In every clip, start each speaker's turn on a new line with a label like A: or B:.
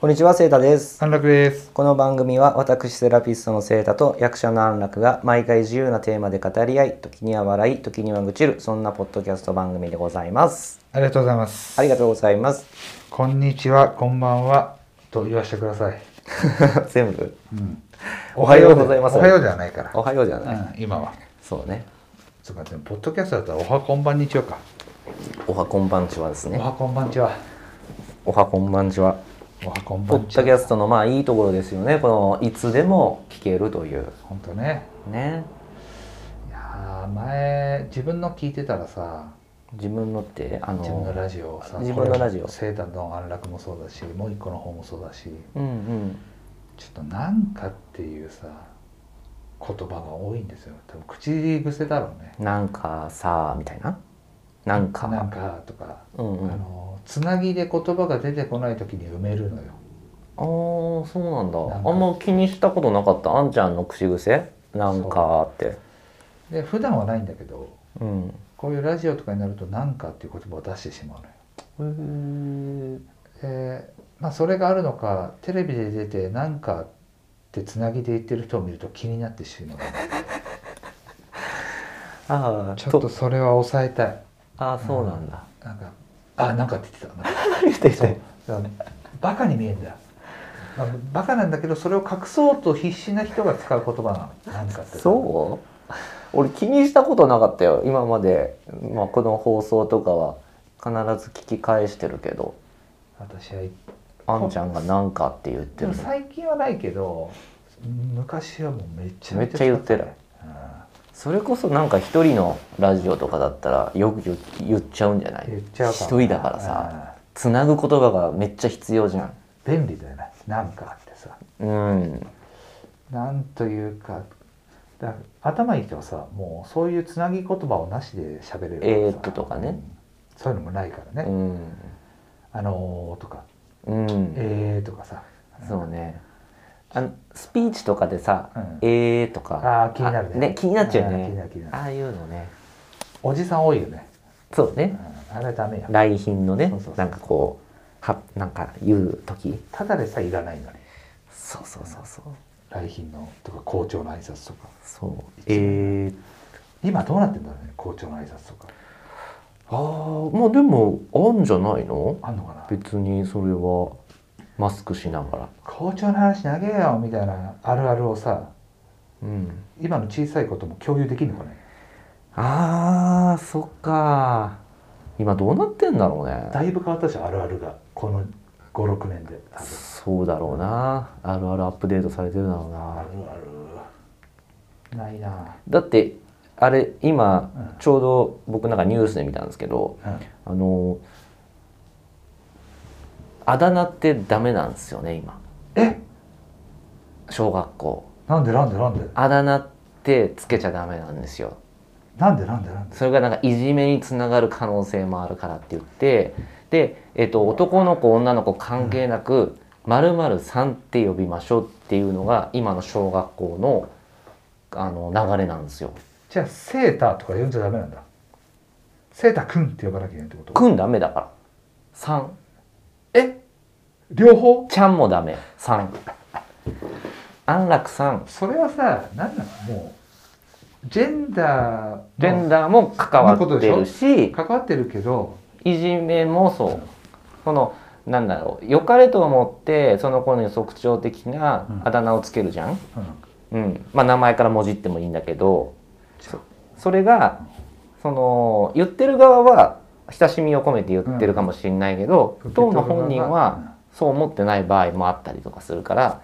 A: こんにちは、セータです。
B: 安楽です。
A: この番組は私セラピストのセータと役者の安楽が毎回自由なテーマで語り合い、時には笑い、時には愚痴る、そんなポッドキャスト番組でございます。
B: ありがとうございます。
A: ありがとうございます。
B: こんにちは、こんばんはと言わせてください。
A: 全部、
B: うん
A: おはようございます
B: おはようではないから。
A: おはようじゃない。
B: うん、今は。
A: そうね。
B: すみません、ポッドキャストだったらおはこんばんにちはか。
A: おはこんばんちはです
B: お
A: ね。
B: はこんばんちは。
A: おはこんばんちは。
B: おはこん
A: ポ
B: ば
A: ッ
B: んち
A: ドキャ
B: は。
A: ストのまあいいところですよね。このいつでも聞けるという。
B: 本当ね。
A: ね。
B: いやー前自分の聞いてたらさ、
A: 自分のって、あの、
B: 自分のラジオをさ、
A: 自分のラジオ
B: これセータの安楽もそうだし、もう一個の方もそうだし、
A: うんうん。
B: ちょっとなんかっていうさ、言葉が多いんですよ。多分口癖だろうね。
A: なんかさ、みたいな。なんか。
B: なんかとか。
A: うんうん。
B: あ
A: あ
B: のつなぎで言葉が出てこない時に埋めるのよ
A: あー、そうなんだ
B: なんか
A: あんま気にしたことなかった。あんちゃんの口癖なんかって。
B: で普段はないんだけど
A: うん。
B: こういうラジオとかになると「なんか」っていう言葉を出してしまうのよで、まあ、それがあるのかテレビで出て「なんか」ってつなぎで言ってる人を見ると気になってしまう
A: ああ、
B: ちょっとそれは抑えたい
A: ああ、そうなんだ。
B: なんか「あなんか」って言ってたなんか
A: 見て
B: そう
A: て。
B: だからバカに見えんだ、まあ、バカなんだけどそれを隠そうと必死な人が使う言葉なの「なんか」って
A: そう俺気にしたことなかったよ。今まで、まあ、この放送とかは必ず聞き返してるけど、
B: 私は
A: あんちゃんがなんかって言って
B: で
A: る
B: も
A: の。
B: 最近はないけど昔はもうめちゃ
A: め
B: めちゃ
A: っちゃ言ってるそれこそなんか一人のラジオとかだったらよく言言っちゃうんじゃな
B: うん言
A: い
B: っちゃうか
A: 一
B: も
A: 人だからさ、つなぐ言葉がめっちゃ必要じゃん。
B: うん便利だよねなんかってさ
A: うん。
B: なんというかだ頭いい人はさもうそういうつなぎ言葉をなしで喋れるからさ
A: えーっととかね
B: うんそういうのもないから
A: う
B: ね
A: ん。
B: 「あのー」とか
A: うん
B: 「えー」とかさ
A: そうね。あのスピーチとかでさ、
B: うん
A: えーとか、
B: あー気になるね
A: ね、気になっちゃうよ
B: あー気になる気に
A: ね
B: な。る
A: ああいうのね。
B: おじさん多いよね、
A: そう
B: う
A: ね。
B: んあれダメや
A: 来賓のね
B: そうそうそ、う
A: なんかこう、は、なんか言う時。
B: ただでさえいらないのに
A: そうそうそうそう。
B: 来賓のとか校長の挨拶とか
A: そう。
B: 一番
A: えー。
B: 今どうなってんだろうね校長の挨拶とか
A: ああ、まあでも、あんじゃないの
B: あんのかな
A: 別にそれは、マスクしながら。
B: 校長の話投げよみたいなあるあるをさ
A: うん。
B: 今の小さいことも共有できるのかね
A: ああ、そっか。今どうなってんだろうね。
B: だいぶ変わったじゃんあるあるがこの56年で多分
A: そうだろうなあるあるアップデートされてるだろう
B: あ
A: な
B: るあるないな
A: だってあれ今
B: うん
A: ちょうど僕なんかニュースで見たんですけど
B: うん
A: あのあだ名ってダメなんですよね今
B: え
A: 小学校
B: なんでなんでなんで
A: あだ名ってつけちゃダメなんですよ
B: なんでなんでなんで
A: それがなんかいじめにつながる可能性もあるからって言ってで、えっと男の子女の子関係なく〇〇さんって呼びましょうっていうのが今の小学校のあの流れなんですよ。
B: じゃあセーターとか呼んじゃダメなんだセーターくんって呼ばなきゃいけないってこと
A: くんダメだから。さん。
B: え両方
A: ちゃんもダメ。さん。安楽さん。
B: それはさ何なのもうジェンダー
A: ジェンダーも関わってるし、
B: 関わってるけど
A: いじめもそう。この、なんだろう。良かれと思って、その子に特徴的なあだ名をつけるじゃん。
B: うん
A: うん、まあ名前からもじってもいいんだけどそそれがその言ってる側は親しみを込めて言ってるかもしれないけど、
B: うん
A: 当の本人
B: 受け取る側
A: は
B: が
A: そう思ってない場合もあったりとかするから、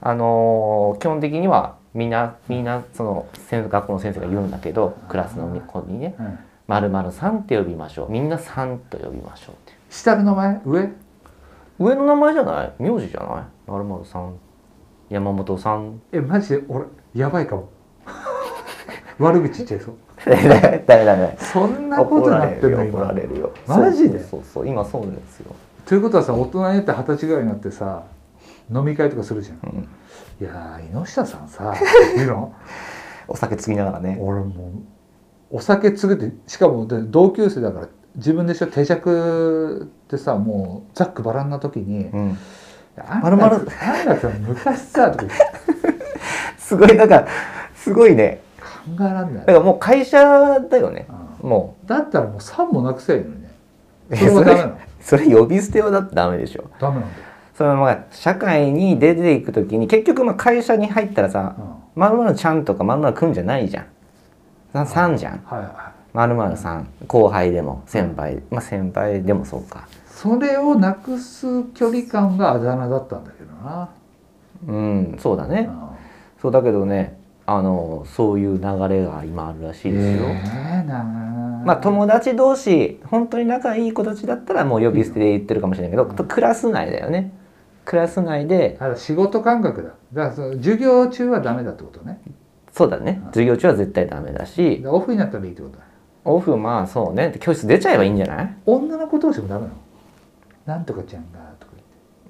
A: あのー基本的にはみんなみんなその先学校の先生が言うんだけどクラスの子にね
B: うん
A: 「まるさん」って呼びましょうみんな「さん」と呼びましょうっていう
B: 下の名前上
A: 上の名前じゃない名字じゃないまるさん山本さん
B: えマジで俺やばいかも 悪口言っちゃいそう
A: ダメダメ
B: そんなことなってんの今
A: るよ
B: マジで
A: そうそうそう今そうですよ、
B: ということはさ大人になって二十歳ぐらいになってさ飲み会とかするじゃん
A: うん、
B: いやー井下さんさ 言うの
A: お酒つみながらね
B: 俺もうお酒継ぐってしかもで同級生だから自分でしょ手酌ってさもうざっくばらんな時に
A: うん
B: まるまる。あんたさ、昔さ、とか言って
A: すごいなんかすごいね
B: 考えらんない
A: だか。らもう会社だよね
B: うん
A: も
B: だったらもう3もなくせえのにね。
A: う
B: それはダメなの。
A: それ呼び捨てはだってダメでしょ
B: ダメなんだ
A: そのまあ社会に出ていく時に結局まあ会社に入ったらさ
B: よ。
A: 「まるまるちゃん」とか「まるまるくん」じゃないじゃんなさんじゃん
B: うん。はいは
A: まるまるさん後輩でも先輩まあ先輩でもそうか
B: い。それをなくす距離感があだ名だったんだけどな。
A: うんそうだ
B: う
A: ね
B: ん
A: そうだけどねあのそういう流れが今あるらしいですよ、
B: ええな
A: まあ友達同士本当に仲いい子たちだったらもう呼び捨てで言ってるかもしれないけど、クラス内だよねクラス内で
B: あ仕事感覚だ。だからその授業中はダメだってことね。
A: そうだね授業中は絶対ダメだ
B: だ
A: し
B: からオフになったらいいってことだ。
A: オフまあそうね教室出ちゃえばいいんじゃない
B: 女の子同士もダメなの。なんとかちゃんがとか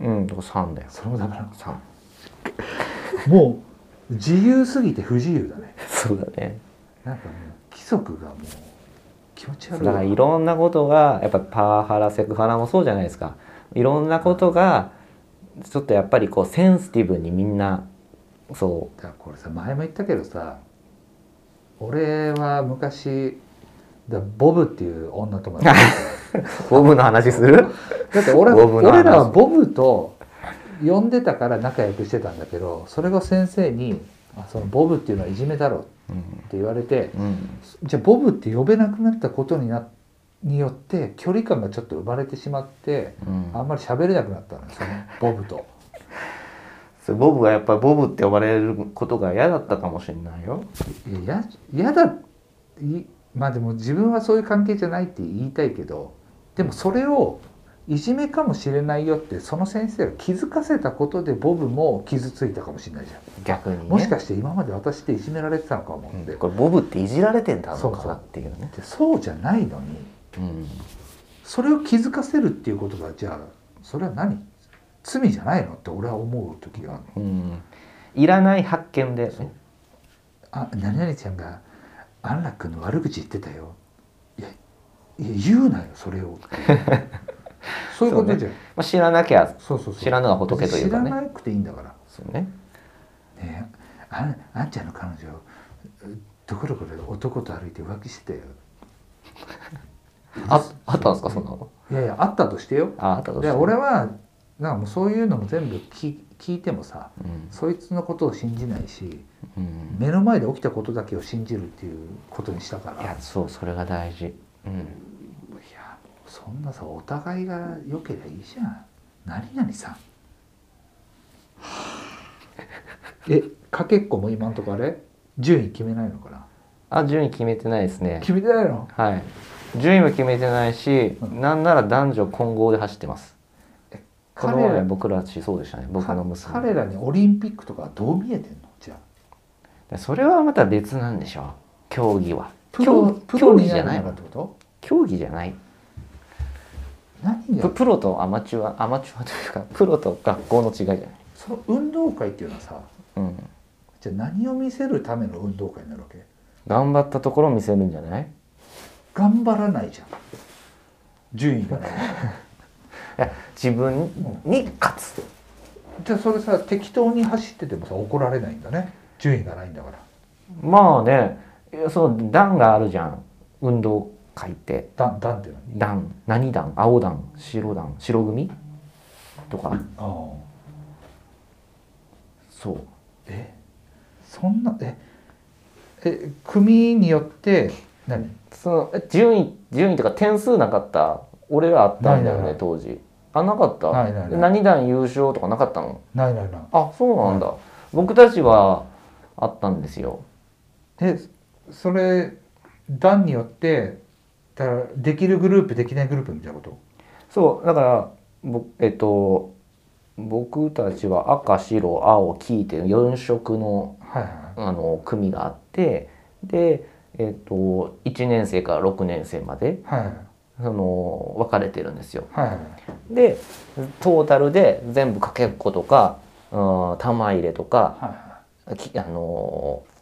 B: 言って。
A: うんと3だよ
B: それもダメなの。
A: 3
B: もう自由すぎて不自由だね。
A: そうだね
B: なんかもう規則がもう気持ち
A: だ
B: 悪い。
A: からいろんなことがやっぱパワハラセクハラもそうじゃないですかいろんなことがちょっとやっぱりこうセンシティブにみんなそ
B: だからこれさ前も言ったけどさ俺は昔だボブっていう女友達
A: うボブの話する
B: だって俺
A: ボブの話
B: 俺らはボブと呼んでたから仲良くしてたんだけどそれが先生に「あそのボブっていうのはいじめだろ」っ
A: う
B: て
A: ん、
B: 言われて
A: うん、
B: じゃあボブって呼べなくなったことになによって距離感がちょっと生まれてしまって
A: うん
B: あんまり喋れなくなったのよそのボブと。
A: そうボブがやっぱボブって呼ばれることが嫌だったかもしれないよ。
B: いやややだいまあでも自分はそういう関係じゃないって言いたいけどでもそれをいじめかもしれないよってその先生が気づかせたことでボブも傷ついたかもしれないじゃん、
A: 逆にね。
B: もしかして今まで私っていじめられてたのかもって、
A: うん
B: で
A: これボブっていじられてたのかなっていうね。
B: そうじゃないのに
A: うん
B: それを気づかせるっていうことがじゃあそれは何罪じゃないのって俺は思う時があるの
A: うん。いらない発見で、ね。
B: あ何々ちゃんが安楽君の悪口言ってたよいやいや言うなよそ れをそういうことじゃん
A: まあ知らなきゃ
B: そう,、そうそう
A: 知らぬは仏というか
B: 知ら
A: ね。
B: なくていいんだから
A: そうね。
B: ねえあんあんちゃんの彼女うどこどこで男と歩いて浮気してたよ
A: ああったんですかそんなの。
B: いやいやあったとしてよ
A: ああったとして
B: で俺はなんかもうそういうのも全部聞聞いてもさ
A: うん
B: そいつのことを信じないし
A: うん。
B: 目の前で起きたことだけを信じるっていうことにしたから
A: いやそうそれが大事。うん。
B: いやそんなさお互いが良ければいいじゃん何々さん えかけっこも今んとこあれ順位決めないのかな
A: あ順位決めてないですね。
B: 決めてないの
A: はい。順位も決めてないし、
B: うん
A: なんなら男女混合で走ってます。この
B: 彼ら
A: 前僕らちそうでしたね僕の娘
B: 彼らにオリンピックとかはどう見えてんのじゃあ
A: それはまた別なんでしょう競技は
B: プロ
A: 競
B: プロ
A: 競技
B: に
A: じゃ
B: なる
A: ない
B: のかってこと
A: 競技じゃない
B: 何
A: プ
B: が
A: プロとアマチュアアマチュアというかプロと学校の違いじゃない、
B: その運動会っていうのはさ
A: うん、
B: じゃあ何を見せるための運動会になるわけ
A: 頑張ったところを見せるんじゃない
B: 頑張らないじゃん順位がない
A: いや自分に勝つ
B: じゃあそれさ適当に走っててもさ怒られないんだね順位がないんだから
A: まあねいやその段があるじゃん運動会って
B: 段段っていう
A: 段何段青段白段白組とか
B: のあ
A: そう
B: えそんなええ組によって何
A: そのえ順位順位とか点数なかった俺らあったんだよ
B: ないないな
A: ね
B: い
A: 当時あなかった
B: ないないない
A: 何段優勝とかなかったの
B: ないないない
A: あそうなんだ、僕たちはあったんですよ
B: えそれ段によってだからできるグループできないグループみたいなこと
A: そうだからぼえっと僕たちは赤白青黄っていう4色の
B: はいは
A: あの組があってでえっと1年生から6年生まで
B: いはいはい
A: その分かれてるんですよ
B: はいはい
A: でトータルで全部かけっことか、うん、玉入れとか、
B: は
A: きあのー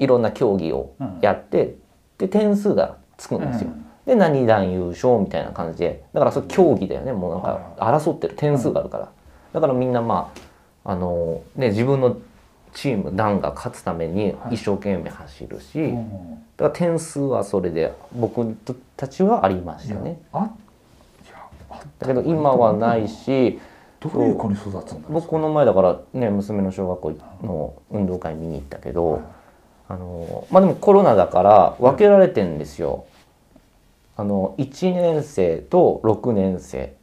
A: いろんな競技を
B: いはい
A: やって、で点数がつくんですよ。で何段優勝みたいな感じでだからそれ競技だよねもうなん
B: はい
A: か争ってる点数があるから、だからみんなまああの、ね、自分のチーム団が勝つために一生懸命走るし、
B: う
A: だ
B: ん
A: から点数はそれで僕たちはありまし
B: い
A: た
B: や
A: ね。
B: あいやあっ
A: だけど今はないし、
B: どういう子に育つんだろう
A: 僕この前だからね娘の小学校の運動会見に行ったけど、
B: はい
A: あのまあでもコロナだから分けられてんですよ、あの1年生と6年生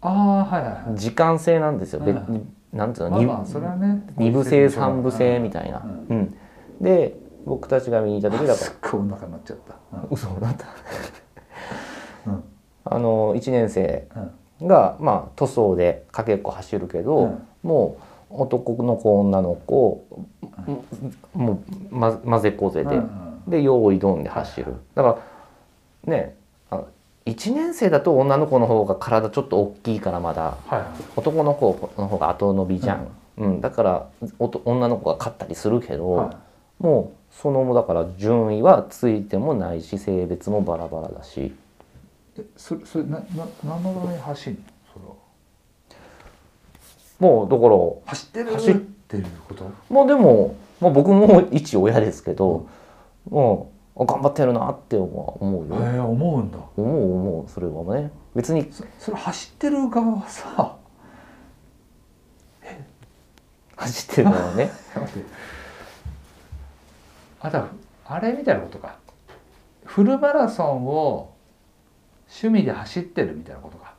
B: ああはいはいはい
A: 時間制なんですよ、
B: はい
A: 別になんていうの、
B: まあ
A: 二
B: まあそれはね
A: 二部制三部制みたいな、
B: うん
A: うんで僕たちが見に行った時だか
B: すっごいお腹になっちゃった
A: ら嘘だった
B: うんうん
A: あの1年生
B: うん
A: がまあ塗装でかけっこ走るけど、
B: うん
A: もう男の子女の子もうま混ぜこぜで、
B: うん
A: で用意ドンで走るだからねあ1年生だと女の子の方が体ちょっと大きいからまだ
B: はいはい
A: 男の子の方が後伸びじゃん、うんだからおと女の子が勝ったりするけど、
B: は
A: もうその後だから順位はついてもないし性別もバラバラだし
B: いえそれそれなな何のために走るのそれは
A: もうだから
B: 走ってる
A: 走っ
B: っていうこと
A: まあでも、まあ、僕も一親ですけど、もうあ頑張ってるなって思う思う
B: え
A: よ、
B: ー、思うんだ
A: 思う思うそれはね別に
B: そそれ走ってる側はさ
A: 走ってるのはね
B: 待ってあだあれみたいなことかフルマラソンを趣味で走ってるみたいなことか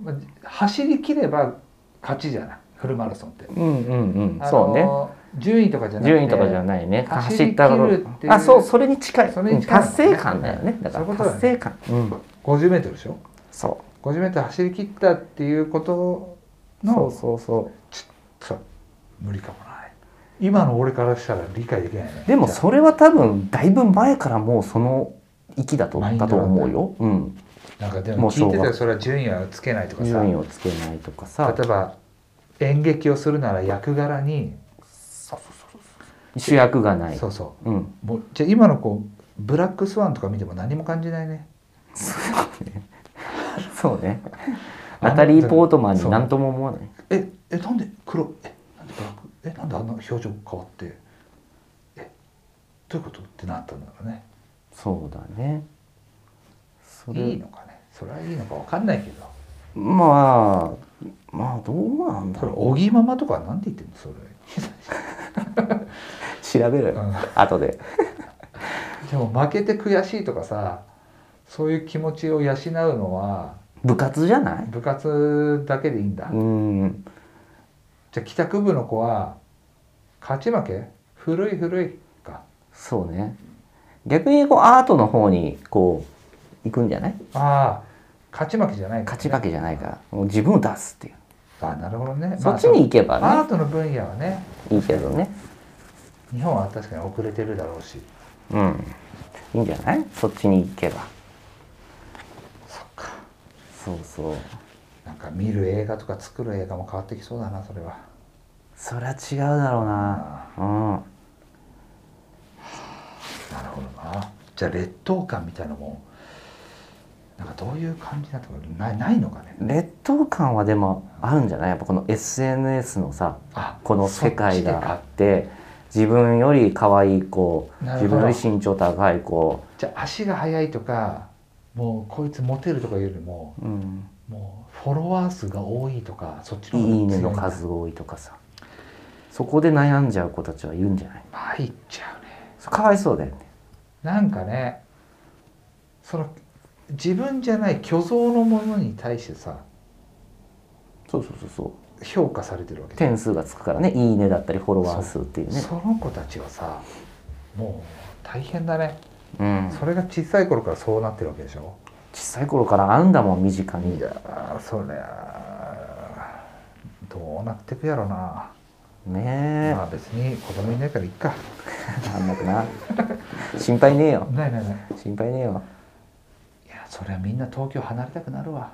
B: まあじ走りきれば勝ちじゃないフルマラソンって、
A: うんうんうん
B: あ
A: そうね
B: の順位とかじゃなくて
A: 順位とかじゃないね
B: 走
A: 走
B: り
A: っ
B: 切
A: たこ
B: るっていう
A: とあそうそれに近い
B: それに近い
A: うん達成感だよねだか
B: そういう
A: ら
B: ことだね
A: 達成感うん
B: 50メートルでしょ
A: そ
B: 50メートル走り切ったっていうこと
A: うそう
B: の
A: そうそ
B: そう無理かもない今の俺からしたら理解できないね
A: うでもそれは多分だいぶ前からもうその域だと
B: マインド
A: だ
B: だね
A: と思うよ、うん、
B: なんかで
A: も
B: も
A: う
B: 聞いてた
A: 小
B: ら
A: 学
B: それは順位はつけないとかさ
A: 順位
B: 例
A: をつけないとかさ
B: えば演劇をするなら役柄に
A: 主役がない
B: そうそ
A: うん
B: うもうじゃあ今の子ブラックスワンとか見ても何も感じないね
A: そうねそうね
B: あの
A: 当たりポートマン
B: そ
A: に
B: う
A: 何とも思わない
B: ええなんで黒えなんでブラックえなんであんな表情変わってえどういうことってなったんだろうね
A: そうだねそれ
B: いいのかねそれはいいのかわかんないけど
A: まあまあどうなんだ
B: それ
A: ろう
B: 小木ママとかはなんて言ってんのそれ
A: 調べる
B: うん
A: 後で
B: でも負けて悔しいとかさそういう気持ちを養うのは
A: 部活じゃない
B: 部活だけでいいんだ、
A: うん
B: じゃあ帰宅部の子は勝ち負け古い古いか
A: そうね逆にこうアートの方にこう行くんじゃない
B: ああ勝ち負けじゃないから
A: 勝ち負けじゃないからもう自分を出すっていう、
B: ああなるほどね
A: そっちに行け
B: ま
A: ば
B: あ
A: ね、
B: アートの分野はね
A: いいけどね
B: 日本は確かに遅れてるだろうし
A: うんいいんじゃないそっちに行けば
B: そっか
A: そうそう
B: なんか見る映画とか作る映画も変わってきそうだなそれは
A: そりゃ違うだろうなうん
B: なるほどなじゃあ劣等感みたいなのもなんかどういう感じなのかないないのかね
A: 劣等感はでもあるんじゃないやっぱこの SNS のさ
B: あ
A: この世界
B: そっちで
A: があ
B: か
A: って自分より可愛い子
B: なる
A: 自
B: ほ
A: 分
B: ど
A: より身長高い子、
B: じゃあ足が速いとかもうこいつモテるとかよりも
A: うん、
B: もうフォロワー数が多いとかそっち
A: い
B: の方が強
A: い
B: んだ
A: ねの数多いとかさそこで悩んじゃう子たちはいるんじゃない
B: 入っちゃうね
A: そかわいそうだよね
B: なんかねその自分じゃない虚像のものに対してさ
A: そうそうそうそう
B: 評価されてるわけじゃん
A: 点数がつくからね「いいね」だったりフォロワー数っていうね
B: その子たちはさもう大変だね、
A: うん、小
B: それが小さい頃からそうなってるわけでしょ
A: さい頃からあんだもん身近に
B: いやーそりゃあどうなってくやろな
A: ねえ
B: まあ別に子供いないからいっか
A: なんだかな 心配ねえよ
B: ないないない
A: 心配ねえよ
B: いやそりゃみんな東京離れたくなるわ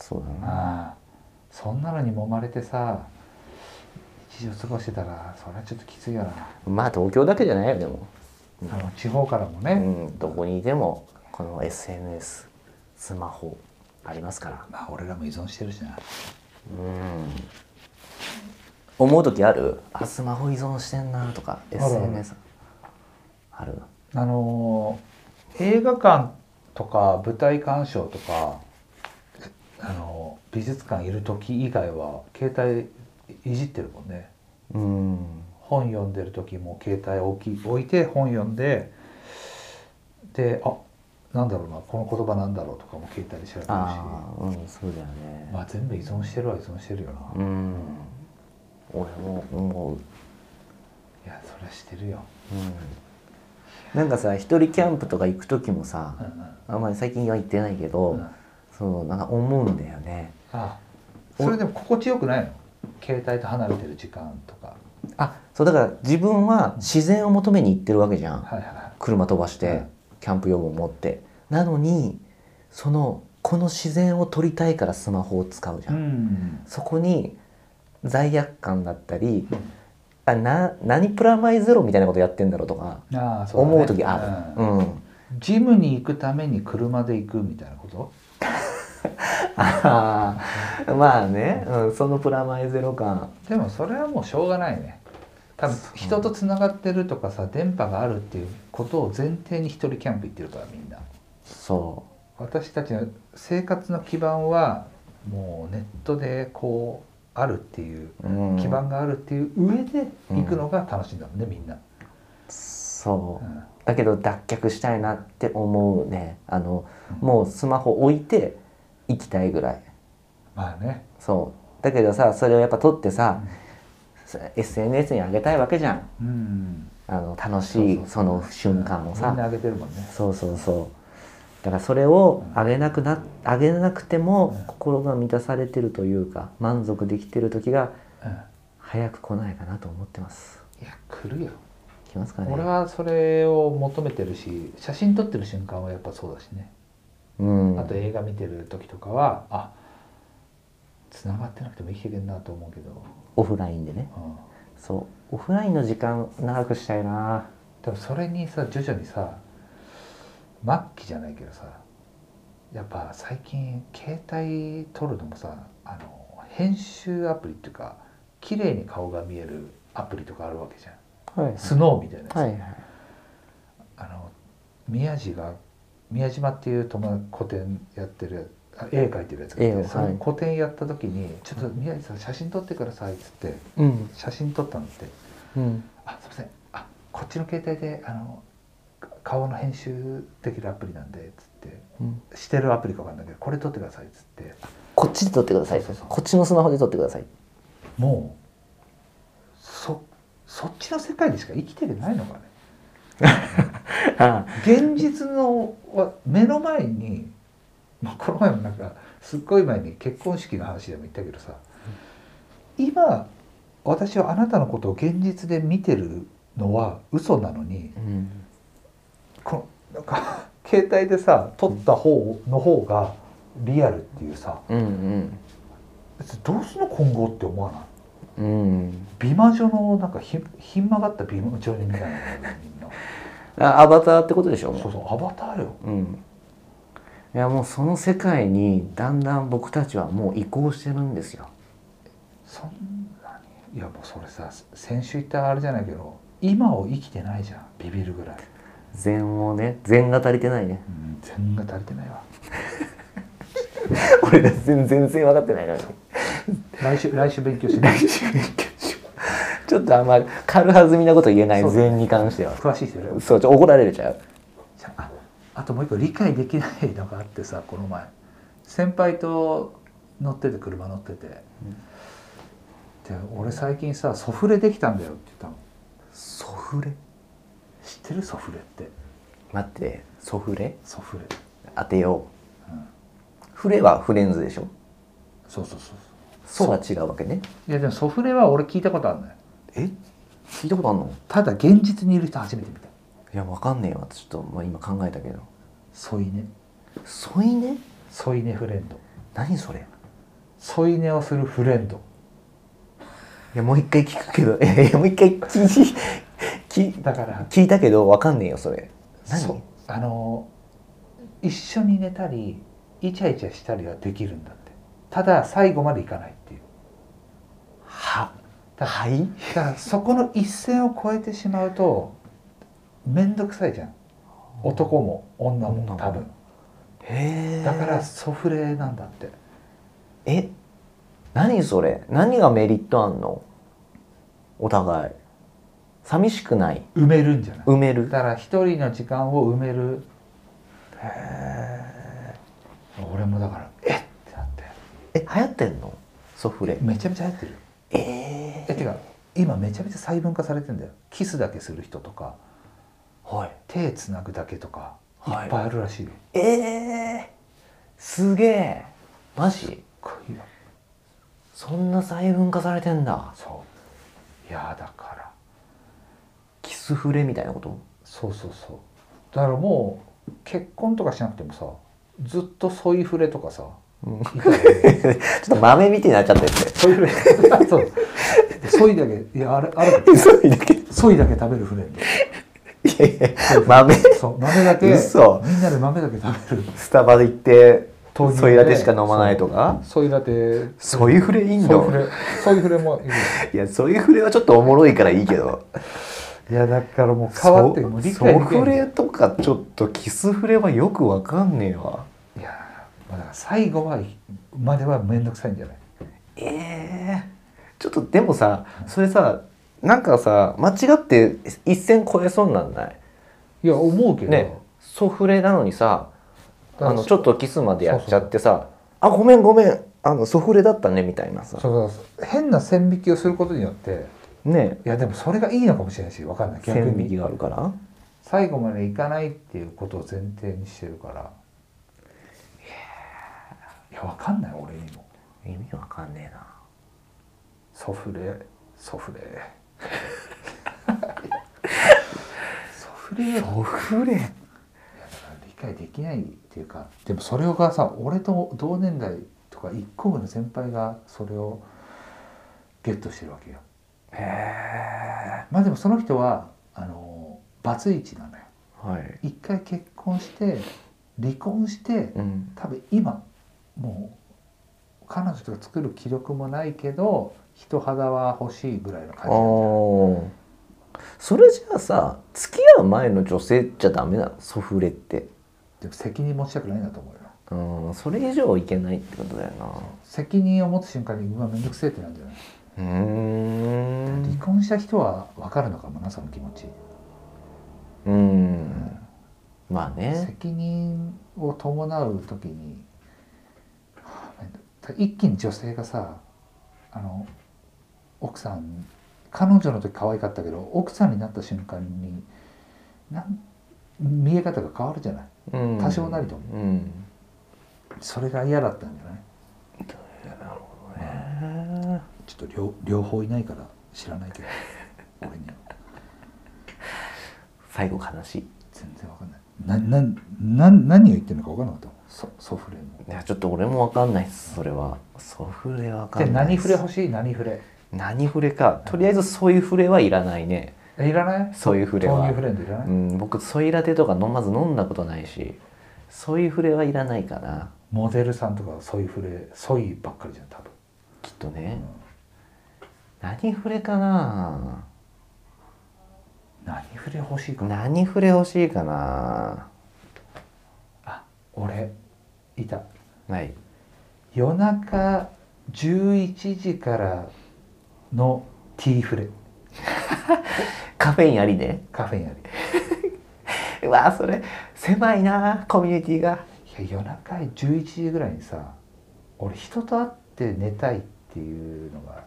A: そうだな
B: ああそんなのに揉まれてさ日常過ごしてたらそれはちょっときついよな、
A: まあ東京だけじゃないよでも
B: あの地方からも
A: う
B: ね、
A: ん、どこにいてもこの SNS スマホありますから
B: まあ俺らも依存してるしな
A: 思う時あるあスマホ依存してんなとか
B: るある
A: SNS ある
B: あのー映画館とか舞台鑑賞とか、あのー美術館いる時以外は携帯いじってるもんね
A: うん
B: 本読んでる時も携帯置き置いて本読んでであなんだろうなこの言葉なんだろうとかも携帯で調べるし
A: ああうんそうだよね、
B: まあ全部依存してるは依存してるよな、
A: う
B: い
A: ん俺も思う
B: やそれはしてるよ、
A: なんかさ一人キャンプとか行く時もさ
B: うんう
A: あんまり最近は行ってないけど、
B: んうん、あ
A: そうなんか思うんだよね
B: それでも心地よくないの携帯と離れてる時間とか
A: あそうだから自分は自然を求めに行ってるわけじゃん、
B: はいはいはい
A: 車飛ばし
B: う
A: て
B: ん
A: キャンプ用具を持ってなのにそのこの自然を撮りたいからスマホを使うじゃん、
B: ん
A: そこに罪悪感だったり
B: うん
A: あな何プラマイゼロみたいなことやってんだろうとか
B: ああそうだね
A: 思う時ある
B: うん
A: うん、
B: ジムに行くために車で行くみたいなこと
A: あーまあね、うん、そのプラマイゼロ感
B: でもそれはもうしょうがないね多分人とつながってるとかさ電波があるっていうことを前提に一人キャンプ行ってるからみんな
A: そ
B: 私たちの生活の基盤はもうネットでこうあるっていう
A: う、うん、
B: 基盤があるっていう上で行くのが楽しいんだもんねみんな、
A: そううんだけど脱却したいなって思うねあの
B: うん
A: もうスマホ置いて行きたいぐらい
B: まあね
A: そうだけどさそれをやっぱ撮ってさ、SNS に上げたいわけじゃん
B: うん
A: あの楽しいその瞬間を
B: みん
A: さ
B: な上げてるもんね
A: そうそうそうだからそれを
B: うん
A: 上げなくな上げなくて
B: うん
A: も心が満たされてるというか満足できてる時が
B: うん
A: 早く来ないかなと思ってます
B: いや来るよ
A: 来ますかね
B: 俺はそれを求めてるし写真撮ってる瞬間はやっぱそうだしね、
A: うん
B: あと映画見てる時とかはあ繋がってなくても生きていけんなと思うけど、
A: オフラインでね
B: うん、
A: そうオフラインの時間長くしたいな
B: でもそれにさ徐々にさ末期じゃないけどさやっぱ最近携帯撮るのもさあの編集アプリっていうか綺麗に顔が見えるアプリとかあるわけじゃん
A: はい
B: スノーみたいなやつ、
A: はいはい
B: あの宮地が宮島っていう友達古典やってるあ絵描いてるやつがい
A: 絵を
B: てその
A: はい
B: 古典やった時に「ちょっと宮地さん写真撮ってください」っつって
A: うん
B: 写真撮ったんって
A: うん
B: 「あすいませんあこっちの携帯であのか顔の編集できるアプリなんで」っつって
A: うん
B: してるアプリかわかんないけど「これ撮ってください」っつって
A: こっちで撮ってください
B: そうそうそう
A: こっちのスマホで撮ってください
B: もうそそっちの世界でしか生きてないのかね
A: あ
B: 現実のわ目の前に、まあ、この前もなんかすっごい前に結婚式の話でも言ったけどさ今私はあなたのことを現実で見てるのは嘘なのに
A: うん
B: このなんか携帯でさ撮った方の方がリアルっていうさ
A: うん
B: 別にどうすんの今後って思わない
A: うんうん
B: 美魔女のなんかひひん曲がった美魔女みたいなみんな
A: あアバターってことでしょもう
B: そうそうアバターよ
A: うんいやもうその世界にだんだん僕たちはもう移行してるんですよ
B: そんなにいやもうそれさ先週言ったあれじゃないけど今を生きてないじゃんビビるぐらい、
A: 禅をね禅が足りてないね
B: うん、全が足りてないわ
A: 俺ら全然分かってないのに
B: 来週来週勉強しない
A: ちょっとあんま軽はずみなこと言えない
B: そう
A: 禅に関しては
B: 詳しい人いる
A: そうちょ怒られちゃう
B: じゃあああともう一個理解できないのがあってさこの前先輩と乗ってて車乗ってて、で俺最近さソフレできたんだよって言ったの
A: ソフレ
B: 知ってるソフレって
A: 待ってソフレ
B: ソフレ、
A: 当てよ
B: うん、
A: うフレはフレンズでしょ
B: そうそうそうそう
A: ソは違うわけね
B: いやでもソフレは俺聞いたことあるのよ
A: え聞いたことあんの
B: ただ現実にいる人初めて見た
A: いやわかんねえわちょっと、まあ、今考えたけど
B: 添い寝
A: 添い寝
B: 添い寝フレンド
A: 何それ
B: 添い寝をするフレンド
A: いやもう一回聞くけど いやいやもう一回聞 い聞
B: だから
A: 聞いたけどわかんねえよそれ何
B: そうあの一緒に寝たりイチャイチャしたりはできるんだってただ最後までいかないっていう
A: は
B: だか
A: はい
B: らだからそこの一線を越えてしまうと面倒くさいじゃん男も女
A: 女
B: も
A: も
B: 多分
A: へえ
B: だからソフレなんだって
A: え何それ何がメリットあんのお互い寂しくない
B: 埋めるんじゃない
A: 埋める
B: だから一人の時間を埋める俺もだからえっってなって
A: え流行ってんのソフレ
B: めちゃめちゃ流行ってる
A: え
B: えてか今めちゃめちゃ細分化されてんだよキスだけする人とか
A: ー、はい
B: 手つなぐだけとかいっ
A: はい
B: ぱいあるらしいよ、
A: ええー、すげえマジ
B: かっこいいよ
A: そんな細分化されてんだ
B: そういやだから
A: キスフレみたいなこと
B: そうそうそうだからもう結婚とかしなくてもさずっとソイフレとかさ
A: うん
B: いたよね
A: ち ょっと豆みたいになっちゃってて
B: ソイフレ そうソイだけいやあれあれ
A: 嘘だけい
B: ソイだけ食べるフレンド
A: やいや豆
B: そう豆だけ
A: 嘘
B: みんなで豆だけ食べる
A: スタバで行って
B: 豆乳で
A: ソイラテしか飲まないとか
B: ソイラテ
A: ソイフレいい
B: ソイ
A: の
B: フレソイフレもいいよ
A: いやソイフレはちょっとおもろいからいいけど
B: いやだからもう変わってもう理解でき
A: ソフ
B: ない
A: レとかちょっとキスフレはよくわかんねえわ
B: いやーまあだから最後はまでは面倒くさいんじゃない
A: ええちょっとでもさそれさなんかさ間違って一線越えそうになんない
B: いや思うけど、
A: ねソフレなのにさあのちょっと
B: と
A: キスまでやっちゃってさあごめんごめんあのソフレだったねみたいなさ
B: そうそうそう変な線引きをすることによって
A: ね
B: いやでもそれがいいのかもしれないし分かんない逆
A: 線引き
B: に
A: があるから
B: 最後までいかないっていうことを前提にしてるからいや分かんない俺にも
A: 意味わかんねえな
B: ソフレソフ レソフレは
A: ソフレ
B: 理解できないっていうかでもそれがさ俺と同年代とか1個上の先輩がそれをゲットしてるわけよ
A: へえ
B: まあでもその人はあのバツイチなのよ
A: はい
B: 一回結婚して離婚して
A: うん
B: 多分今もう彼女とか作る気力もないけど人肌は欲しいぐらいの
A: あ
B: 感じなんだよ
A: ーそれじゃあさ付き合う前の女性じゃダメなのソフレって
B: でも責任持ちたくないなと思うよ
A: うんそれ以上いけないってことだよな
B: 責任を持つ瞬間にうわめんどくせえってなんじゃないう
A: ー
B: 離
A: ん
B: 婚した人は分かるのかもなその気持ち
A: うんまあね
B: 責任を伴う時に、はあめんど一気に女性がさあの奥さん彼女の時可愛かったけど奥さんになった瞬間になん見え方が変わるじゃない
A: うん
B: 多少なりとも
A: うん
B: それが嫌だったんじゃない
A: へ
B: ちょっと両両方いないから知らないけど俺には
A: ー最後悲しい
B: 全然わかんないななな何を言ってるのか分かんなかったもんソソフレも。
A: いやちょっと俺もわかんないっすそれはソフレわか
B: で
A: んない
B: 何
A: っす
B: フレ欲しい何フレ
A: 何フレかとりあえずそういうフレはいらないね
B: えいらない
A: そういうフレ
B: 豆
A: は
B: 乳フレンドいらない、
A: うん、僕ソイラテとか飲まず飲んだことないしソイフレはいらないかな
B: モデルさんとかソイフレソイばっかりじゃん多分、
A: きっと
B: う
A: ね
B: ん、
A: 何フレかな
B: 何フレ欲しいかな
A: 何フレ欲しいかな
B: あ俺いた
A: はい
B: 夜中11時からのティーフレ
A: カフェインありね
B: カフェインあ
A: うわそれ狭いなコミュニティが
B: りいや夜中11時ぐらいにさ俺人と会って寝たいっていうのが、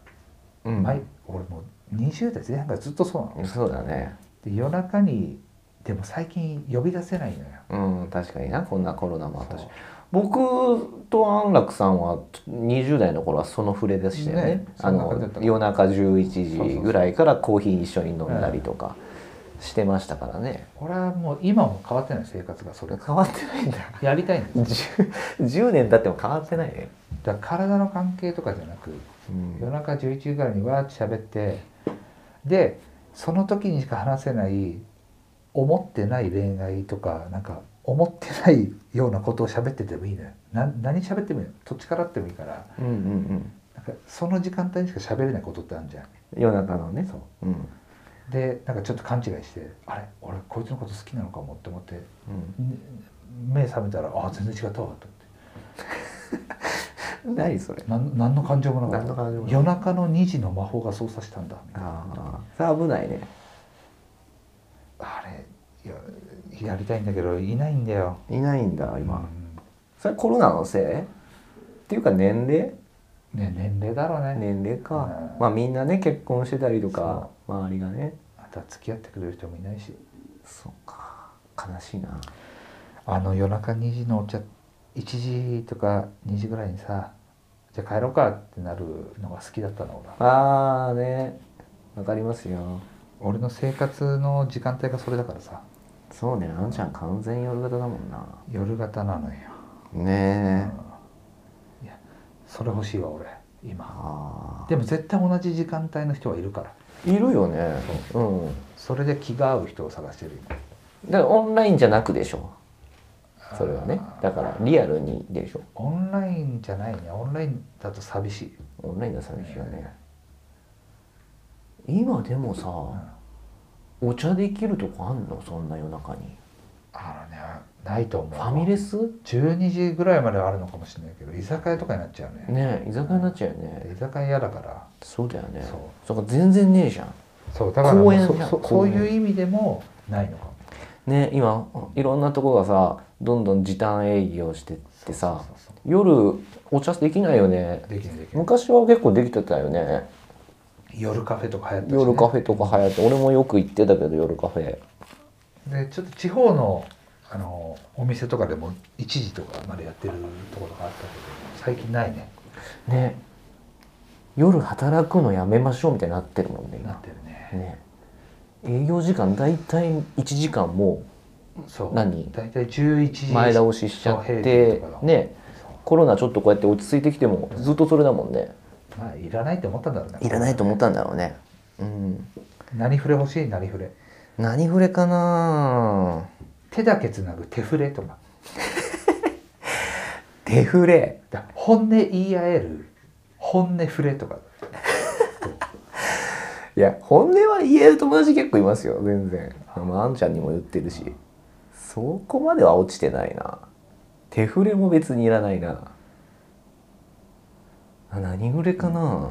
A: うん
B: 前俺もう20代前半からずっとそうなの
A: そうだね
B: で夜中にでも最近呼び出せないのよ
A: うん確かになこんなコロナもあったし
B: そう
A: 僕と安楽さんは20代の頃はその触れでしたよね
B: ね
A: あ
B: そんな感じだっ
A: の
B: た
A: 夜中11時ぐらいからコーヒー一緒に飲んだりとかしてましたからね、
B: 俺はもう今も変わってない生活がそれ
A: 変わってないん だ
B: やりたいんです
A: 10, 10年経っても変わってないね、
B: だから体の関係とかじゃなく夜中11時ぐらいにわーって喋ってでその時にしか話せない思ってない恋愛とかなんか思ってないようなことを喋っててもいいのよな何喋ってもいいのどっちからってもいいから
A: うんうん
B: なんかその時間帯にしか喋れないことってあるじゃん
A: うん夜中のね
B: そう
A: うんうん
B: でなんかちょっと勘違いしてあれ俺こいつのこと好きなのかもって思ってね目覚めたらあ全然違ったわと
A: 何それ
B: 思ってなん何の感情もなか
A: 何
B: っ
A: の
B: た
A: 感じもない
B: 夜中の2時の魔法が操作したんだみたいな
A: ああそれ危ないね
B: あれいややりたいんだけどいないんだよ
A: いないんだ今、
B: 今、
A: それコロナのせいっていうか年齢
B: ね、年齢だろうね
A: 年齢か、
B: うん
A: まあみんなね結婚してたりとか周りがね
B: あとは付き合ってくれる人もいないし
A: そうか悲しいな
B: あの夜中2時のお茶1時とか2時ぐらいにさじゃあ帰ろうかってなるのが好きだったの俺は
A: ああねわかりますよ
B: 俺の生活の時間帯がそれだからさ
A: そうねあのちゃん完全夜型だもんな
B: 夜型なのよ、
A: ねえ
B: うんいやそれ欲しいわ俺今
A: あ
B: でも絶対同じ時間帯の人はいるから
A: あいるよねうん
B: それで気が合う人を探してる今
A: だからオンラインじゃなくでしょそれはね
B: あー
A: だからリアルにでしょ
B: オンラインじゃないねオンラインだと寂しい、
A: オンラインが寂しいよね今でもさ、
B: うん
A: お茶できるとこあんのそんな夜中に
B: あのねないと思う
A: フ
B: わ
A: ァミレス
B: 12時ぐらいまではあるのかもしれないけど居酒屋とかになっちゃうね
A: ねえ居酒屋になっちゃうよね
B: 居酒屋嫌だから
A: そうだよね
B: そう
A: そこ全然ねえじゃん
B: そうだからも
A: 公
B: う
A: 園
B: そ
A: じゃん
B: そ
A: 公
B: そう
A: 園
B: いう意味でもないのかも
A: ね今いろんなとこがさどんどん時短営業してってさ
B: そうそう
A: 夜お茶できないよね
B: そうできないできない
A: 昔は結構できてたよね
B: 夜カフェとか流行ったし、ね、
A: 夜カフェとか流行って俺もよく行ってたけど夜カフェ
B: でちょっと地方のあのお店とかでも1時とかまでやってるところがあったけど最近ないね
A: ね夜働くのやめましょうみたいになってるもんね
B: な
A: 今
B: ってるね
A: ね営業時間大体1時間も
B: そう
A: 何
B: 大体11時
A: 前倒ししちゃっ
B: そう平時
A: て
B: とかだもん
A: ね
B: そう
A: コロナちょっとこうやって落ち着いてきてもずっとそれだもんね
B: まあいらないって思ったんだろうね
A: いらないと思ったんだろうねうん
B: 何触れ欲しい何触れ
A: 何触れかな
B: 手だけつなぐ手触れとか
A: 手触れ
B: だ本音言い合える本音触れとか
A: いや本音は言える友達結構いますよ全然まああんちゃんにも言ってるしそこまでは落ちてないな手触れも別にいらないなあ何触れかな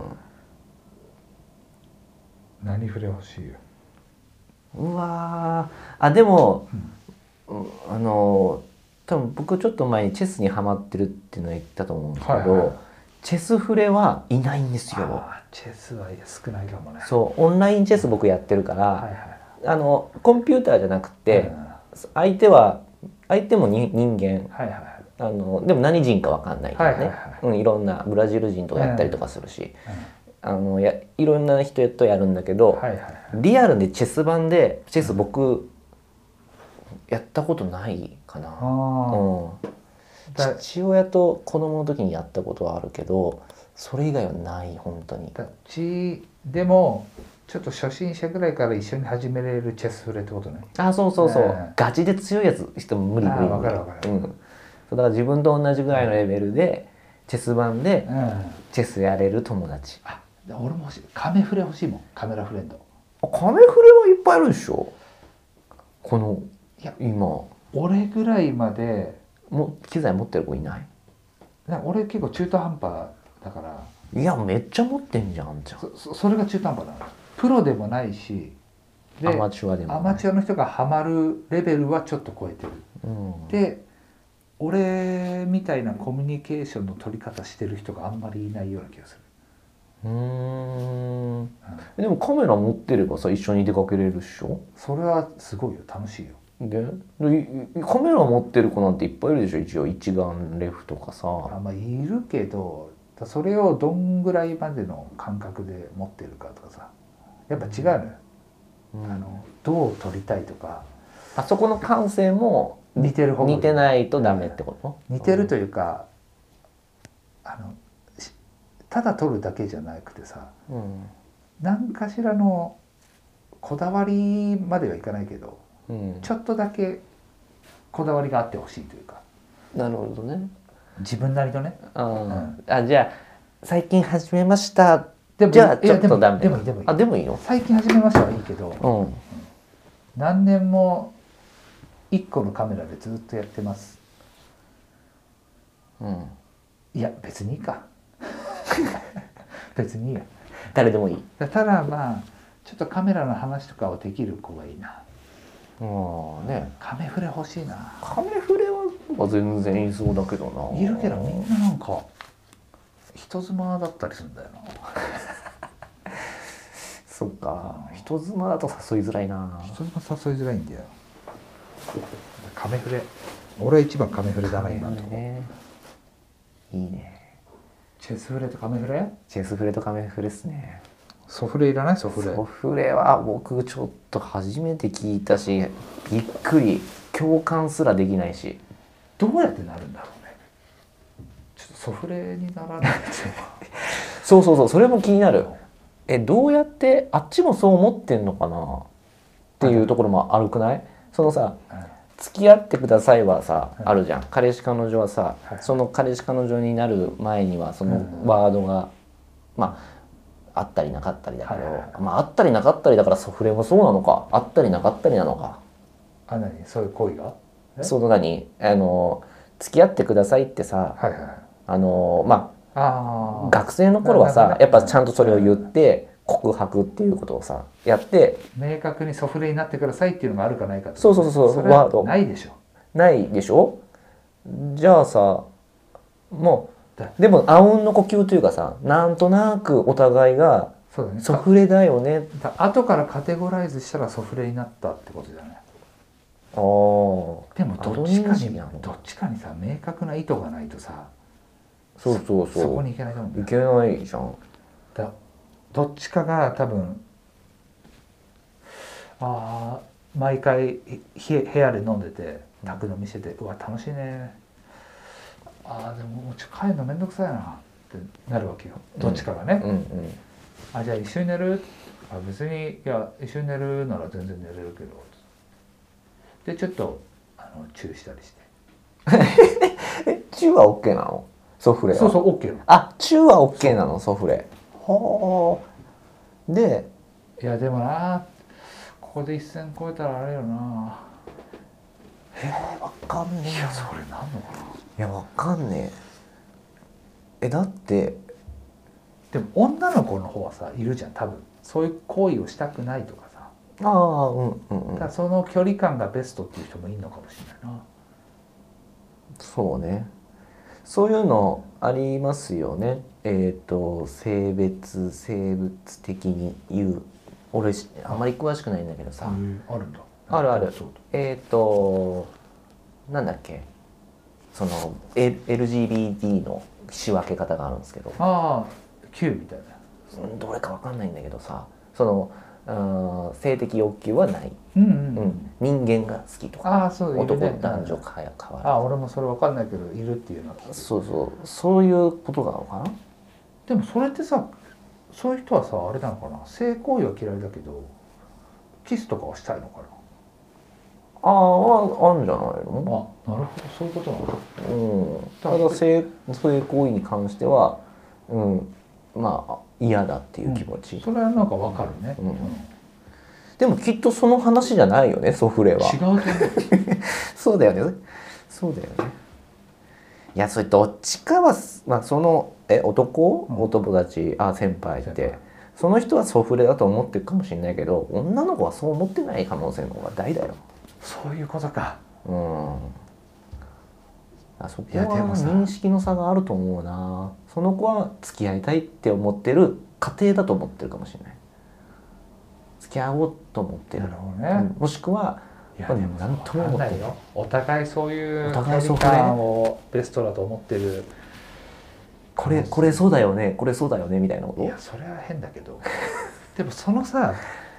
B: 何触れ欲しいよ
A: うわーあでも
B: うん、
A: うんあの多分僕ちょっと前にチェスにハマってるっていうのは言ったと思うんですけど、
B: はいはいはい
A: チェス触れはいないんですよ
B: あーチェスは少ないかもね
A: そうオンラインチェス僕やってるから、
B: はいはい
A: あのコンピューターじゃなくて
B: うん、は
A: 相手は相手もに人間
B: いはいはい
A: あのでも何人か分かんないからね、
B: はいはいはい
A: うん、いろんなブラジル人とかやったりとかするし、あのやいろんな人とやるんだけど、
B: うんはいはいはい
A: リアルでチェス盤でチェス僕やったことないか
B: あ
A: な、
B: ー
A: うん、
B: だ
A: 父親と子供の時にやったことはあるけどそれ以外はない本当に
B: だちでもちょっと初心者ぐらいから一緒に始めれるチェス触れってことね
A: あそうそうそう、
B: ねえ
A: ガチで強いやつしても無理
B: あー
A: 無理無理
B: わかるわかる
A: うん、そうだから自分と同じぐらいのレベルでチェス盤で
B: うん
A: チェスやれる友達
B: あで俺も欲しいカメ触れ欲しいもんカメラフレンド
A: あカメフレはいっぱいあるでしょこの
B: いや
A: 今
B: 俺ぐらいまで
A: も機材持ってる子いない
B: な俺結構中途半端だから
A: いやめっちゃ持ってんじゃんあんちゃん
B: そそそれが中途半端なのプロでもないしで
A: アマチュアでも
B: アマチュアの人がハマるレベルはちょっと超えてる
A: うん、
B: で俺みたいなコミュニケーションの取り方してる人があんまりいないような気がする
A: うーんでもカメラ持ってればさ一緒に出かけれるっしょ
B: それはすごいよ楽しいよ
A: ででいいカメラ持ってる子なんていっぱいいるでしょ一応一眼レフとか
B: あ
A: さ
B: まあいるけどだそれをどんぐらいまでの感覚で持ってるかとかさやっぱ違うのよ、
A: うん
B: あのどう撮りたいとか
A: あそこの感性も
B: 似てる方が
A: 似てないとダメってこと
B: 似てるというかあのしただ撮るだけじゃなくてさ
A: うん
B: 何かしらのこだわりまではいかないけど
A: うん
B: ちょっとだけこだわりがあってほしいというか
A: なるほどね
B: 自分なりのね
A: あー、
B: ん
A: あじゃあ最近始めました
B: でも
A: じゃあ
B: い
A: ちょ
B: や
A: っとダメ
B: でもでもで
A: あ
B: も
A: でもいいよ
B: 最近始めましたはいいけど
A: うん
B: 何年も1個のカメラでずっとやってます
A: うん
B: いや別にいいか 別にいいや
A: 誰でもいい
B: だただまあちょっとカメラの話とかをできる子がいいな
A: うんね
B: カメフレ欲しいな
A: カメフレはまあ全然いそうだけどない
B: るけどみんななんか人妻だったりするんだよ
A: そっか人妻だと誘いづらいな
B: な人妻誘いづらいんだよカメフレ俺は一番カメフレだな今のとこ
A: ねいいね
B: チェスフレとカメフレ
A: チェスフレとカメフレですね
B: ソフレいらないソフレ
A: ソフレは僕ちょっと初めて聞いたしびっくり共感すらできないし
B: どうやってなるんだろうねちょっとソフレにならないと
A: そうそうそうそれも気になるえどうやってあっちもそう思ってんのかなっていうところもあるくないそのさ「付き合ってください」はさ
B: うん
A: あるじゃん彼氏彼女はさ
B: はい
A: その彼氏彼女になる前にはそうの
B: ん
A: ワードがまああったりなかったりだけ
B: はいはいは
A: どまああったりなかったりだからソフレもそうなのかあったりなかったりなのか
B: あ何そういう行為がえ
A: その何あの付き合ってくださいってさ
B: はいはい
A: あのま
B: あ
A: あ
B: あ
A: 学生の頃は
B: なる
A: さ
B: ほどね
A: やっぱちゃんとそれを言って告白っていうことをさやって
B: 明確にソフレになってくださいっていうのがあるかないかってこと
A: そうそうそうそう
B: れは
A: ワード
B: ないでしょ
A: ないでしょじゃあさも
B: だ
A: うでもあうんの呼吸というかさなんとなくお互いが
B: そうだね
A: ソフレだよね
B: だ後からカテゴライズしたらソフレになったってことじゃない
A: あー
B: でもどっち
A: アドレ
B: か
A: ナリン
B: に
A: やん
B: どっちかにさ明確な意図がないとさ
A: そうそう
B: そこ
A: そ
B: に行けないと思うん
A: う
B: だ
A: い
B: よ
A: けないじゃん
B: だどっちかが多分あー毎回ひ部屋で飲んでて宅飲みしててうわ楽しいねあーでももうちょっと帰るのめんどくさいなってなるわけよどっちかがね、
A: うんうん
B: あじゃあ一緒に寝るあ別にいや一緒に寝るなら全然寝れるけどでちょっとあのチューしたりして
A: えチューは OK なのソフレは
B: そうそう OK よ
A: あチューは OK なのソフレはあで
B: いやでもなここで一線越えたらあれよな
A: わかんねえ
B: いやそれなんのかない
A: やわかんねええだって
B: でも女の子の方はさいるじゃん多分そういう行為をしたくないとかさ
A: ああうんうんう
B: だから
A: ん
B: その距離感がベストっていう人もいるのかもしれないな
A: そうねそういうのありますよねえっ、と性別生物的に言う俺しあまり詳しくないんだけどさ、
B: あるんだ
A: あるある
B: そう
A: えっ、となんだっけその、L、LGBT の仕分け方があるんですけど
B: ああ Q みたいな
A: うんどれかわかんないんだけどさそのうん性的欲求はない、
B: うん
A: う
B: うんん、うん、
A: 人間が好きとか
B: ああそういる
A: 男
B: ね
A: 男女かや変
B: あ
A: わ
B: 俺もそれ分かんないけどいるっていうのは
A: らずそうそうそういうことなのかな
B: でもそれってさそういう人はさあれなのかな性行為は嫌いだけどキスとかはしたいのかな
A: ああああんじゃない
B: あ
A: の
B: なるほどそういうことなの
A: うんただ性そういう行為に関してはうんまあ嫌だっていう気持ち、
B: それはなんか分かるね、
A: うん
B: 違う
A: でもきっとその話じゃないよねソフレは
B: と思う
A: そうだよね。そうだよね。いやそれどっちかはす、まあ、そのえ男、
B: うん
A: お友達あ先輩って
B: 先輩
A: その人はソフレだと思ってるかもしれないけど女の子はそう思ってない可能性の方が大だよ。
B: そういうことか
A: うん。あそこ
B: いやで
A: は
B: もさ
A: 認識の差があると思うなその子は付き合いたいって思ってる家庭だと思ってるかもしれない付き合おうと思ってる
B: なる、ほど
A: う
B: ね
A: ん、、もしくはい
B: や
A: ま
B: で
A: あ
B: も
A: なんとも
B: 分
A: 思
B: か
A: っ
B: んな
A: て
B: いよお互いそういう
A: お
B: 距
A: 互い
B: 離
A: そうだね
B: 感をベストだと思ってる
A: これこれそうだよねこれそうだよねみたいなこと
B: いやそれは変だけど でもそのさ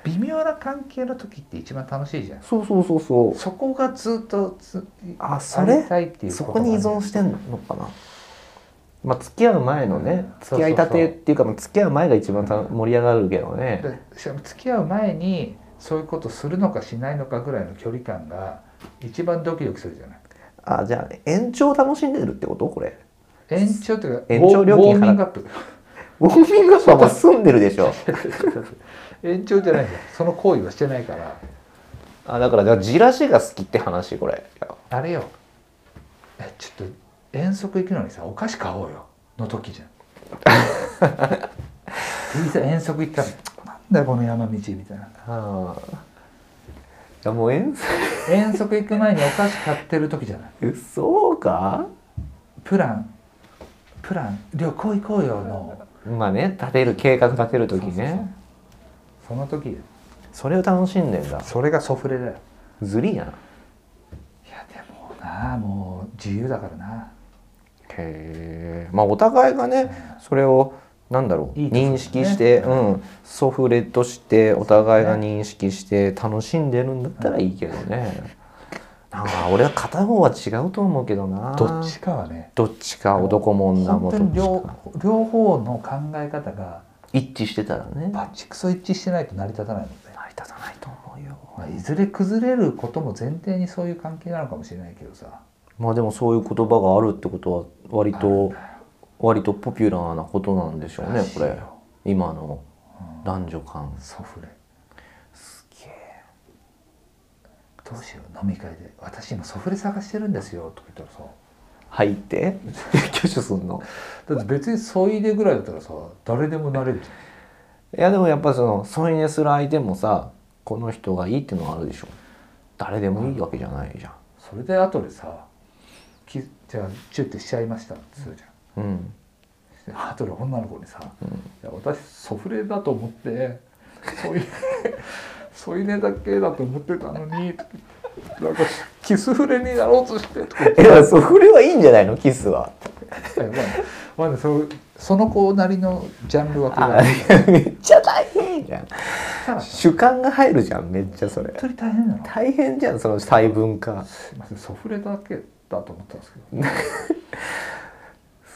B: 微妙な関係の時って一番楽しいじゃん
A: そうそうそうそ
B: そこがずっとつ
A: あそれ
B: ありたいって
A: う
B: いう
A: そ
B: と
A: こに依存してんのかなまあ付き合う前のね付き合いたてっていうかまあ付き合う前が一番た盛り上がるけどね
B: でしかも付き合う前にそういうことするのかしないのかぐらいの距離感が一番ドキドキするじゃない
A: あじゃあ延長楽しんでるってことこれ
B: 延長というか
A: 延長料金
B: ウォーウォ
A: 払っ
B: ーミングアップ
A: ウォーミングアップはもう済んでるでしょ
B: 延長じゃないんだよその行為はしてないから
A: あだからじゃあじらしが好きって話これ
B: あれよえちょっと遠足行くのにさお菓子買おうよの時 じゃんいざ遠足行ったらなんだよこの山道みたいな
A: ああいやもう遠征
B: 遠足行く前にお菓子買ってる時じゃない
A: そうか
B: プランプラン旅行行こうよの
A: まあね立てる計画立てる時ね
B: その時
A: それを楽しんでんだ
B: それがソフレだよ
A: ずりやんへ
B: いやでもなあもう自由だからな
A: えまあお互いがねそれをなんだろう
B: いいですよね
A: 認識して、うん、ソフレとしてお互いが認識して楽しんでるんだったらいいけどねなんか俺は片方は違うと思うけどな
B: どっちかはね
A: どっちか男も女も
B: 本当
A: ど
B: に両
A: っちか
B: 両方の考え方が
A: 一致してたらね
B: バッチクソ一致してないと成り立たないので、
A: 成り立たないと思うよ
B: まあ、いずれ崩れることも前提にそういう関係なのかもしれないけどさ
A: まあでもそういう言葉があるってことは割と割とポピュラーなことなんでしょうね
B: らしい
A: こ
B: よ
A: れ今の男女間
B: ソフレ
A: すげえ
B: どうしよう飲み会で「私今ソフレ探してるんですよ」とか言ったらさ
A: 入って 挙手すんの
B: だって別に添いでぐらいだったらさ誰でもなれるじ
A: いやでもやっぱその添い寝する相手もさこの人がいいってのはあるでしょ誰でもいいわけじゃないじゃん
B: ゃんそれで後でさ「きじゃあチュッてしちゃいました」っつうじゃん
A: うん
B: あとで女の子にさ「いや私ソフレだと思ってそういう 添い寝だけだと思ってたのに」とか言ってなんかキスフレになろうとして」とか言って
A: いやソフレはいいんじゃないのキスは
B: まあねまあねそうその子なりのジャンル分けがあ
A: あ
B: る
A: めっちゃ大変じゃん
B: たださ
A: 主観が入るじゃんめっちゃそれ
B: 本当に大変なの
A: 大変じゃんその細分化
B: すいませんソフレだけだと思ったんですけど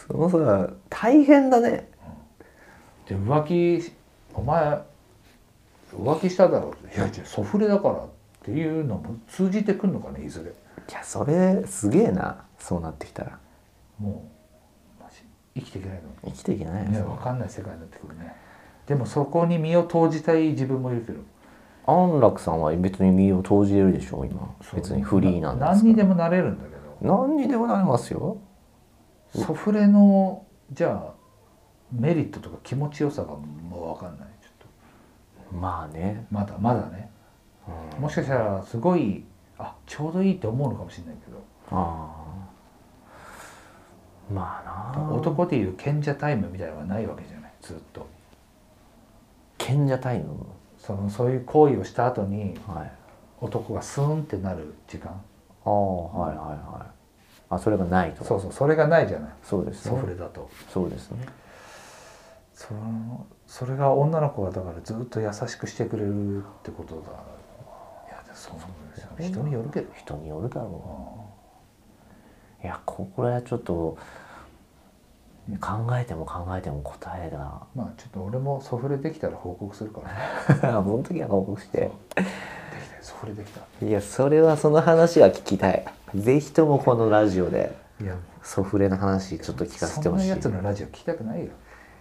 A: そのさ大変だね
B: で浮気しお前浮気しただろういや違うソフレだからっていうのも通じてくんのかねいずれ
A: いやそれすげえなそうなってきたら
B: もうマジ生きていけないの
A: 生きていけないよ
B: ね、分かんない世界になってくるねでもそこに身を投じたい自分もいるけど
A: 安楽さんは別に身を投じれるでしょ今別にフリーなんですから
B: 何にでもなれるんだけど
A: 何にでもなりますよ
B: ソフレのじゃあメリットとか気持ちよさがもう分かんないちょっと
A: まあね
B: まだまだねもしかしたらすごいあちょうどいいって思うのかもしれないけど
A: ああまあな
B: 男でいう賢者タイムみたいなのはないわけじゃないずっと
A: 賢者タイム
B: そのそういう行為をした後に
A: はい
B: 男がスーンってなる時間
A: ああはいはいはいあそれがないと
B: そうそうそれがないじゃない
A: そうです
B: ソフ
A: ね
B: レだと。
A: そうですね
B: そのそれが女の子がだからずっと優しくしてくれるってことだいやでもそうですよね人によるけど
A: 人によるだろういやこれはちょっと考えても考えても答えが
B: まあちょっと俺もソフレできたら報告するからね
A: あその時は報告して
B: できたよソフレできた
A: いやそれはその話が聞きたいぜひともこのラジオで
B: いや
A: ソフレの話ちょっと聞かせて
B: そん
A: ほし
B: ないやつのラジオ聞きたくないよ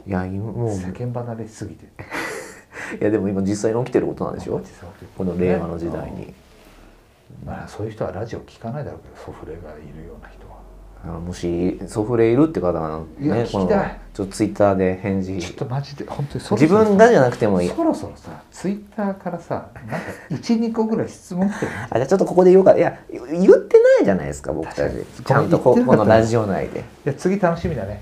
A: いや今も う
B: 世間離れしすぎて
A: いやでも今実際に起きてることなんでし
B: マ
A: ょ
B: ジそう
A: この令和の時代に、
B: まあそういう人はラジオ聞かないだろうけどソフレがいるような人は
A: あのもしソフレいるって方が
B: いや
A: ね
B: 聞き
A: このち
B: た
A: ょ
B: い
A: っとツイッターで返事
B: ちょっとマジで本当にそろそ
A: 自
B: ろさ
A: 分がじゃなくてもいい
B: そろそろさツイッターからさなんか12個ぐらい質 問来てる
A: あじゃあちょっとここで言おうかいや言ってないじゃないですか僕たちちゃんとこ
B: 言って
A: こ
B: なかった
A: のラジオ内で
B: いや次楽しみだね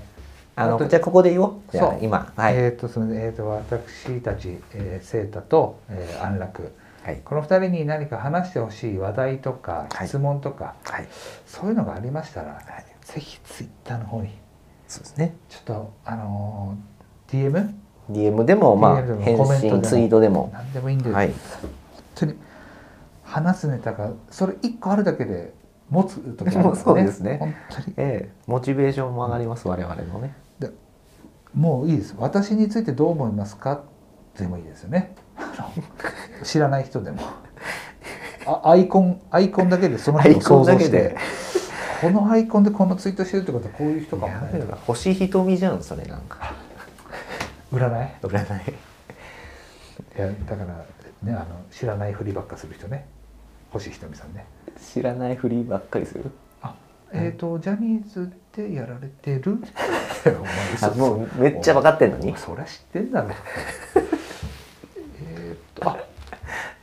A: あ
B: あと
A: のじゃあここで言おうじゃ
B: そ
A: あ
B: う
A: 今はい、
B: えっ、とすみません、えー、と私たち、えー、セータと、えー安楽
A: はい
B: この2人に何か話してほしい話題とか
A: はい
B: 質問とか、
A: はい
B: そういうのがありましたら、
A: い
B: ぜひツイッターの方に
A: そうですね
B: ちょっとあのー DM
A: DM でもまあ
B: DM でも
A: 返
B: コメントで
A: 信
B: も
A: ツイートでも
B: 何でもいいんで、
A: はい
B: 本当に話すネタがそれ1個あるだけで持つとか、
A: もう そうですね
B: 本当に
A: ええモチベーションも上がります我々のね
B: もういいです私についてどう思い ますかでもいいですよねあの知らない人でもあアイコンアイコンだけでその
A: ア
B: 人
A: イ
B: を
A: コン
B: 想
A: だ
B: 像
A: け
B: して
A: で
B: このアイコンでこのツイートしてるってことはこういう人かも
A: やべえ
B: ね
A: わ星瞳じゃんそれなんか
B: 占い
A: 占い
B: いやだからねあの知らないふりばっかする人ね星ひとみさんね
A: 知らないふりばっかりする
B: あえっ、ー、とジャニーズってやられて るお前嘘
A: あもうめっちゃ分かってんのに
B: そりゃ知ってんだろ えっとあ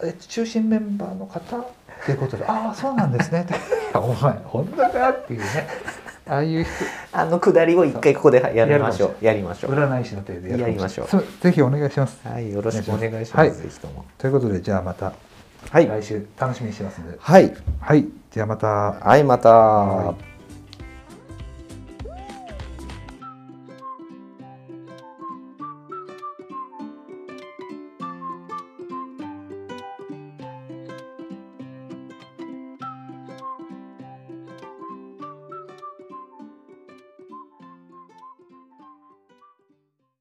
B: え中心メンバーの方っていうことでああそうなんです ねお前本当かっていうねああいう人
A: あのくだりを一回ここでやりましょうやりましょう
B: 占い師の手でるかも
A: やりましょう
B: そうぜひお願いします
A: はいよろしくお願いし
B: は
A: ま
B: い
A: すぜひとも
B: ということでじゃあまた
A: はい
B: 来週楽しみにしてますんで
A: はい
B: はいじゃあまた
A: はいまた
B: はい